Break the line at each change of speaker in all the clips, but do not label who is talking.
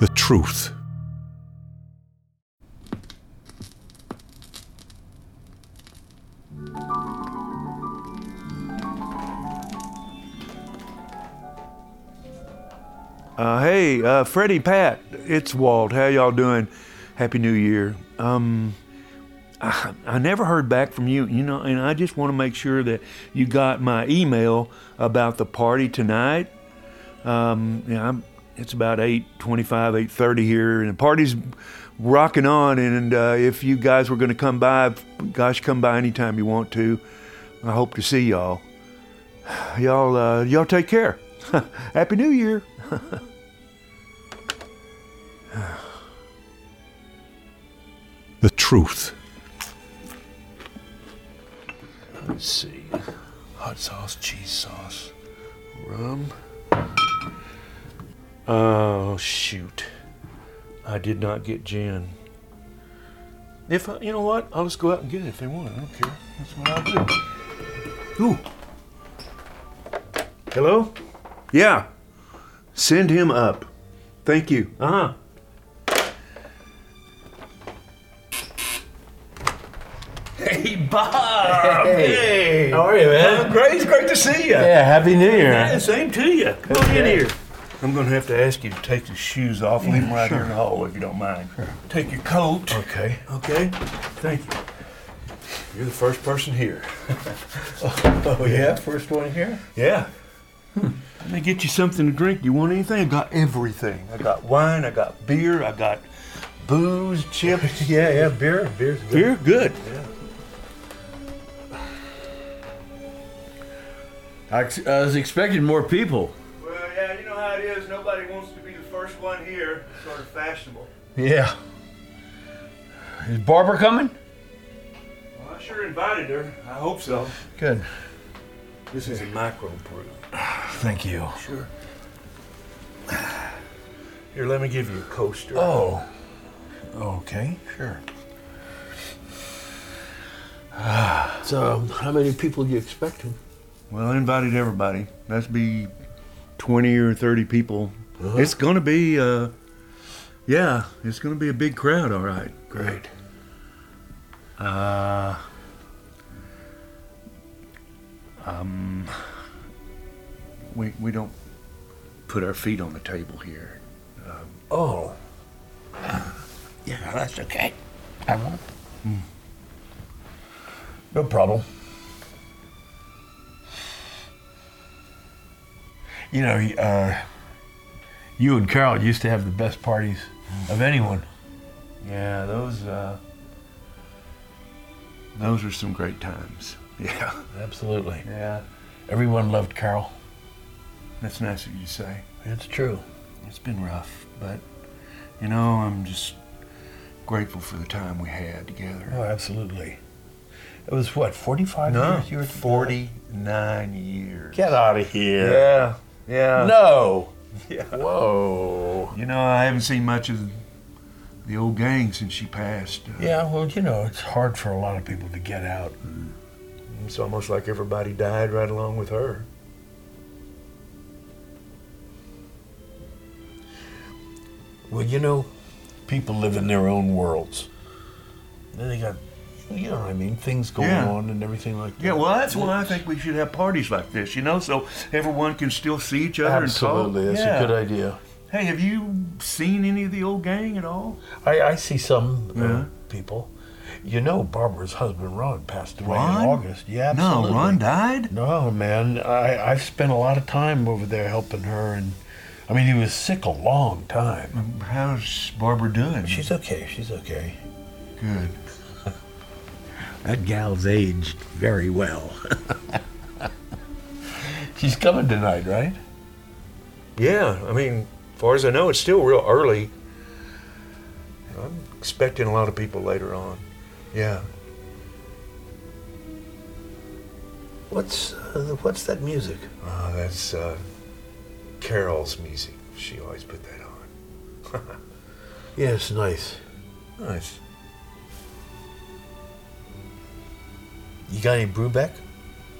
the truth.
Uh, hey, uh, Freddie, Pat, it's Walt. How y'all doing? Happy New Year. Um, I, I never heard back from you, you know, and I just want to make sure that you got my email about the party tonight. Um, yeah, I'm, it's about 8.25, 8.30 here, and the party's rocking on, and uh, if you guys were going to come by, gosh, come by anytime you want to. I hope to see y'all. Y'all, uh, y'all take care. Happy New Year.
The truth.
Let's see. Hot sauce, cheese sauce, rum. Oh, shoot. I did not get gin. If I, you know what, I'll just go out and get it if they want. I don't care. That's what I'll do. Ooh. Hello? Yeah. Send him up. Thank you. Uh huh.
Hey, Bob.
Hey. How are you, man?
Great. It's great to see you.
Yeah, Happy New Year.
Yeah, same to you. Come on in here. I'm going to have to ask you to take your shoes off. Leave them right here in the hallway if you don't mind. Take your coat.
Okay.
Okay. Thank you. You're the first person here.
Oh, yeah? First one here?
Yeah. Hmm. Let me get you something to drink. You want anything? I got everything. I got wine. I got beer. I got booze, chips.
Yeah, yeah, beer. Beer's good.
beer, good.
I, ex- I was expecting more people.
Well, yeah, you know how it is. Nobody wants to be the first one here. Sort of fashionable.
Yeah. Is Barbara coming?
Well, I sure invited her. I hope so.
Good.
This is a micro brew.
Thank you.
Sure. Here, let me give you a coaster.
Oh. Okay, sure.
So, how many people do you expecting?
Well, I invited everybody. That's be 20 or 30 people.
Uh-huh.
It's going to be, uh, yeah, it's going to be a big crowd, all right. Uh,
Great.
um, We, we don't put our feet on the table here. Uh,
Oh,
Yeah, that's okay. I won't.
Hmm.
No problem. You know, uh, you and Carol used to have the best parties of anyone.
Yeah, those, uh, those are some great times. Yeah.
Absolutely.
Yeah.
Everyone loved Carol.
That's nice of you to say.
It's true.
It's been rough, but, you know, I'm just grateful for the time we had together.
Oh, absolutely. It was what, 45 years you were
49 years.
Get out of here.
Yeah. Yeah.
No.
Yeah.
Whoa.
You know, I haven't seen much of the old gang since she passed. Uh,
Yeah, well, you know, it's hard for a lot of people to get out.
It's almost like everybody died right along with her.
Well, you know, people live in their own worlds. Then they got, you know what I mean, things going
Yeah.
on and everything like that.
Yeah, well, that's why I think we should have parties like this, you know, so everyone can still see each other
Absolutely,
and
that's
talk.
a good idea.
Hey, have you seen any of the old gang at all?
I, I see some uh,
Yeah.
people. You know, Barbara's husband, Ron, passed away
Ron?
in August. Yeah, absolutely.
No, Ron died?
No, man. I, I've spent a lot of time over there helping her. And I mean, he was sick a long time.
How's Barbara doing?
She's okay. She's okay.
good.
That gal's aged very well. She's coming tonight, right?
Yeah, I mean, far as I know, it's still real early. I'm expecting a lot of people later on. Yeah.
what's uh, what's that music?
Uh, that's uh, Carol's music. She always put that on.
Yeah, it's nice.
Nice.
You got any Brubeck?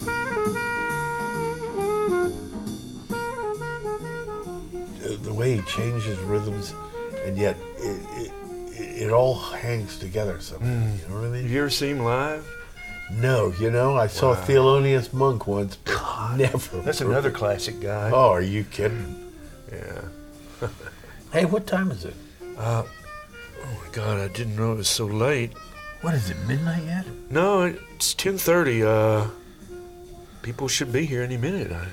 The, the way he changed his rhythms
and yet it, it, it all hangs together somehow.
Hmm.
You know what I mean?
Have you ever seen him live?
No, you know, I saw Thelonious Monk once. but never.
That's another classic guy.
Oh, are you kidding?
Yeah.
Hey, what time is it?
Oh my God, I didn't know it was so late.
What is it? Midnight yet?
No, it's 10:30. Uh, people should be here any minute. I,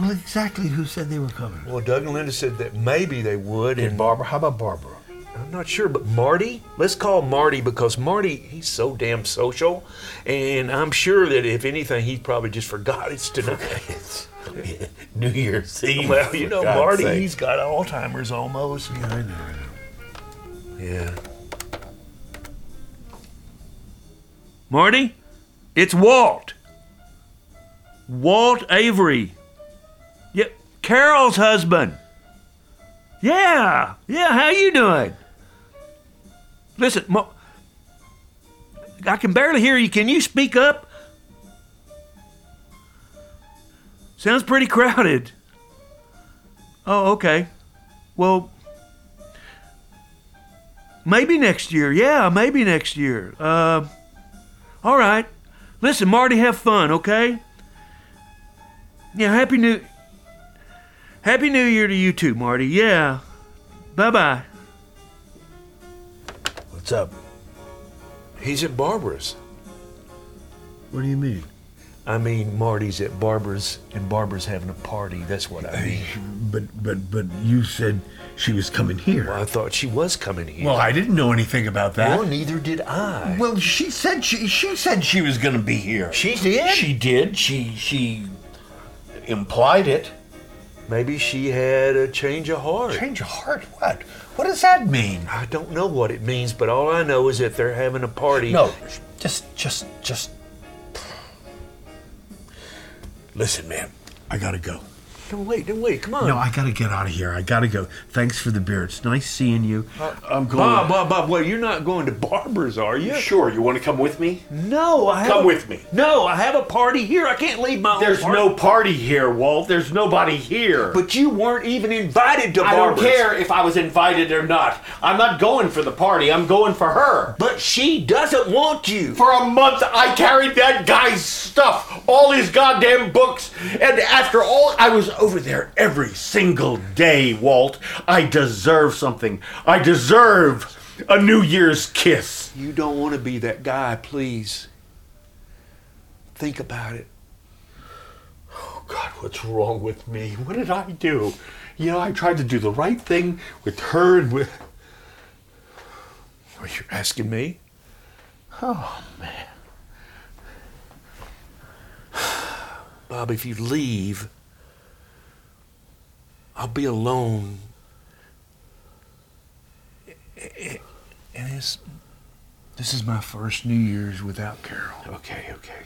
well, exactly who said they were coming?
well, Doug and Linda said that maybe they would,
Did
and
Barbara? How about Barbara?
I'm not sure. But Marty, let's call Marty because Marty he's so damn social, and I'm sure that if anything, he probably just forgot it's tonight.
It's New Year's Eve.
well,
for
you know,
God's
Marty,
sake.
he's got Alzheimer's almost. Yeah, I know. Yeah.
Marty, it's Walt. Walt Avery. Yep, Carol's husband. Yeah, yeah. How you doing? Listen, Ma- I can barely hear you. Can you speak up? Sounds pretty crowded. Oh, okay. Well, maybe next year. Yeah, maybe next year. Uh, all right. Listen, Marty, have fun, okay? Yeah, happy new Happy New Year to you too, Marty. Yeah. Bye-bye.
What's up?
He's at Barbara's.
What do you mean?
I mean, Marty's at Barbara's, and Barbara's having a party. That's what I mean.
But but but you said she was coming here.
Well, I thought she was coming here.
Well, I didn't know anything about
Well,
that.
neither did I.
Well, she said she she said she was going to be here.
she did.
She did. She she implied it.
Maybe she had a change of heart.
Change of heart? What? What does that mean?
I don't know what it means, but all I know is that they're having a party.
No, just just just. Listen, man,
I gotta go.
No, wait, no, wait, come on.
No, I gotta get out of here. I gotta go. Thanks for the beer. It's nice seeing you.
Uh,
I'm going.
Bob, Bob, Bob, well, you're not going to Barbara's, are you?
Sure, you want to come with me?
No, I have
Come
a-
with me.
No, I have a party here. I can't leave my own
There's
party.
no party here, Walt. There's nobody here.
But you weren't even invited to
I don't
Barbara's.
care if I was invited or not. I'm not going for the party. I'm going for her.
But she doesn't want you.
For a month, I carried that guy's stuff, all his goddamn books, and after all, I was over there every single day, Walt. I deserve something. I deserve a New Year's kiss.
You don't want to be that guy, please. Think about it.
Oh, God, what's wrong with me? What did I do? You know, I tried to do the right thing with her and with.
Are you asking me? Oh, man. Bob, if you leave, I'll be alone. And it's, this is my first New Year's without Carol.
Okay, okay,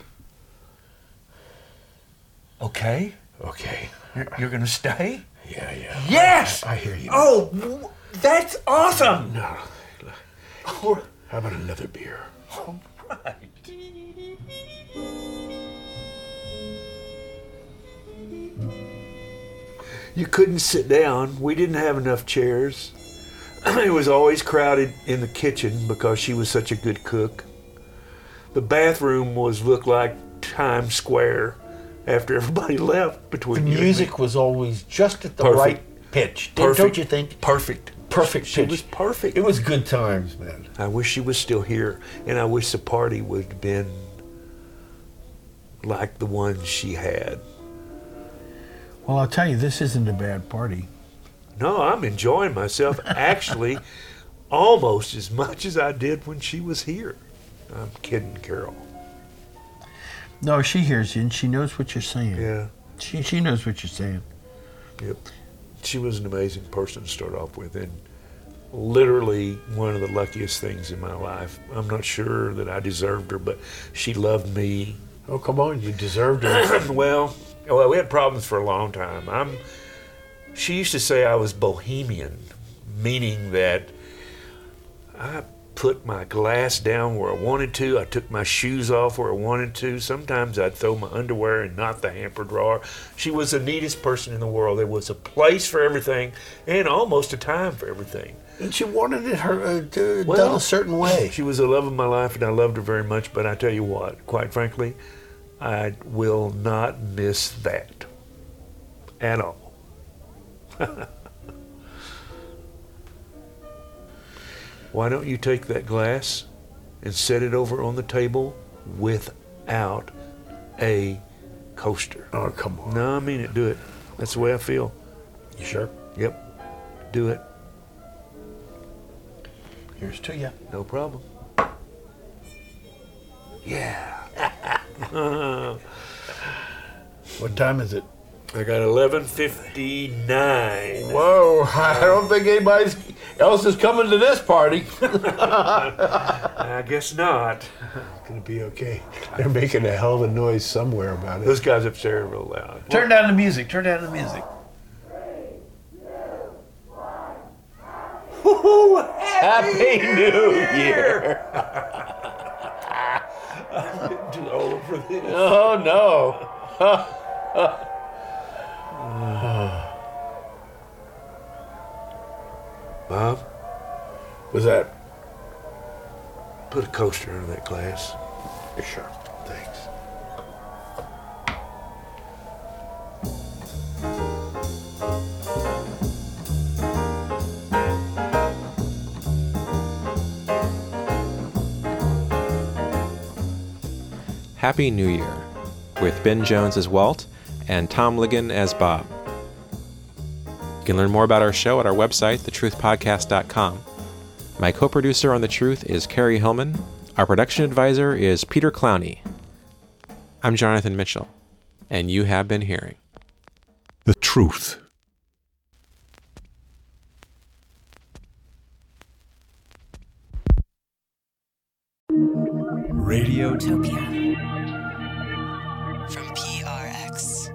Okay?
okay.
You're, you're going to stay?
Yeah, yeah.
Yes!
I hear you.
Oh, w- that's awesome.
No.
All right.
How about another beer?
You couldn't sit down. We didn't have enough chairs. it was always crowded in the kitchen because she was such a good cook. The bathroom was looked like Times Square after everybody left
the
between you and me.
music was always just at the
Perfect.
right pitch. Don't- Don't
Perfect.
you think?
Perfect.
Perfect
She
pitch.
was perfect.
It was good times, man.
I wish she was still here, and I wish the party would have been like the one she had.
Well, I'll tell you, this isn't a bad party.
No, I'm enjoying myself actually almost as much as I did when she was here. I'm kidding, Carol.
No, she hears you and she knows what you're saying.
Yeah.
She she knows what you're saying.
Yep. She was an amazing person to start off with, and literally one of the luckiest things in my life. I'm not sure that I deserved her, but she loved me.
Oh, come on, you deserved it.
well, oh, well, we had problems for a long time. I'm. She used to say I was bohemian, meaning that I put my glass down where I wanted to. I took my shoes off where I wanted to. Sometimes I'd throw my underwear and not the hamper drawer. She was the neatest person in the world. There was a place for everything and almost a time for everything.
And she wanted it her uh, d-
Well-
done a certain way.
She was the love of my life, and I loved her very much. But I tell you what, quite frankly, I will not miss that at all. Why don't you take that glass and set it over on the table without a coaster?
Oh come on!
No, I mean it. Do it. That's the way I feel.
You sure?
Yep. Do it.
Here's to you.
No problem.
What time is it?
I got 11:59.
Whoa! I don't think anybody else is coming to this party.
I guess not.
Gonna be okay. They're making a hell of a noise somewhere about it.
Those guys upstairs are real loud.
Turn down the music. Turn down the music.
Happy New Year!
Too old for this.
Oh no!
Bob,
Was that?
put a coaster under that glass.
Sure. Thanks.
Happy New Year, with Ben Jones as Walt and Tom Ligon as Bob. You can learn more about our show at our website, thetruthpodcast.com. My co producer on The Truth is Carrie Hillman. Our production advisor is Peter Clowney. I'm Jonathan Mitchell, and you have been hearing.
The truth.
Radiotopia. From PRX.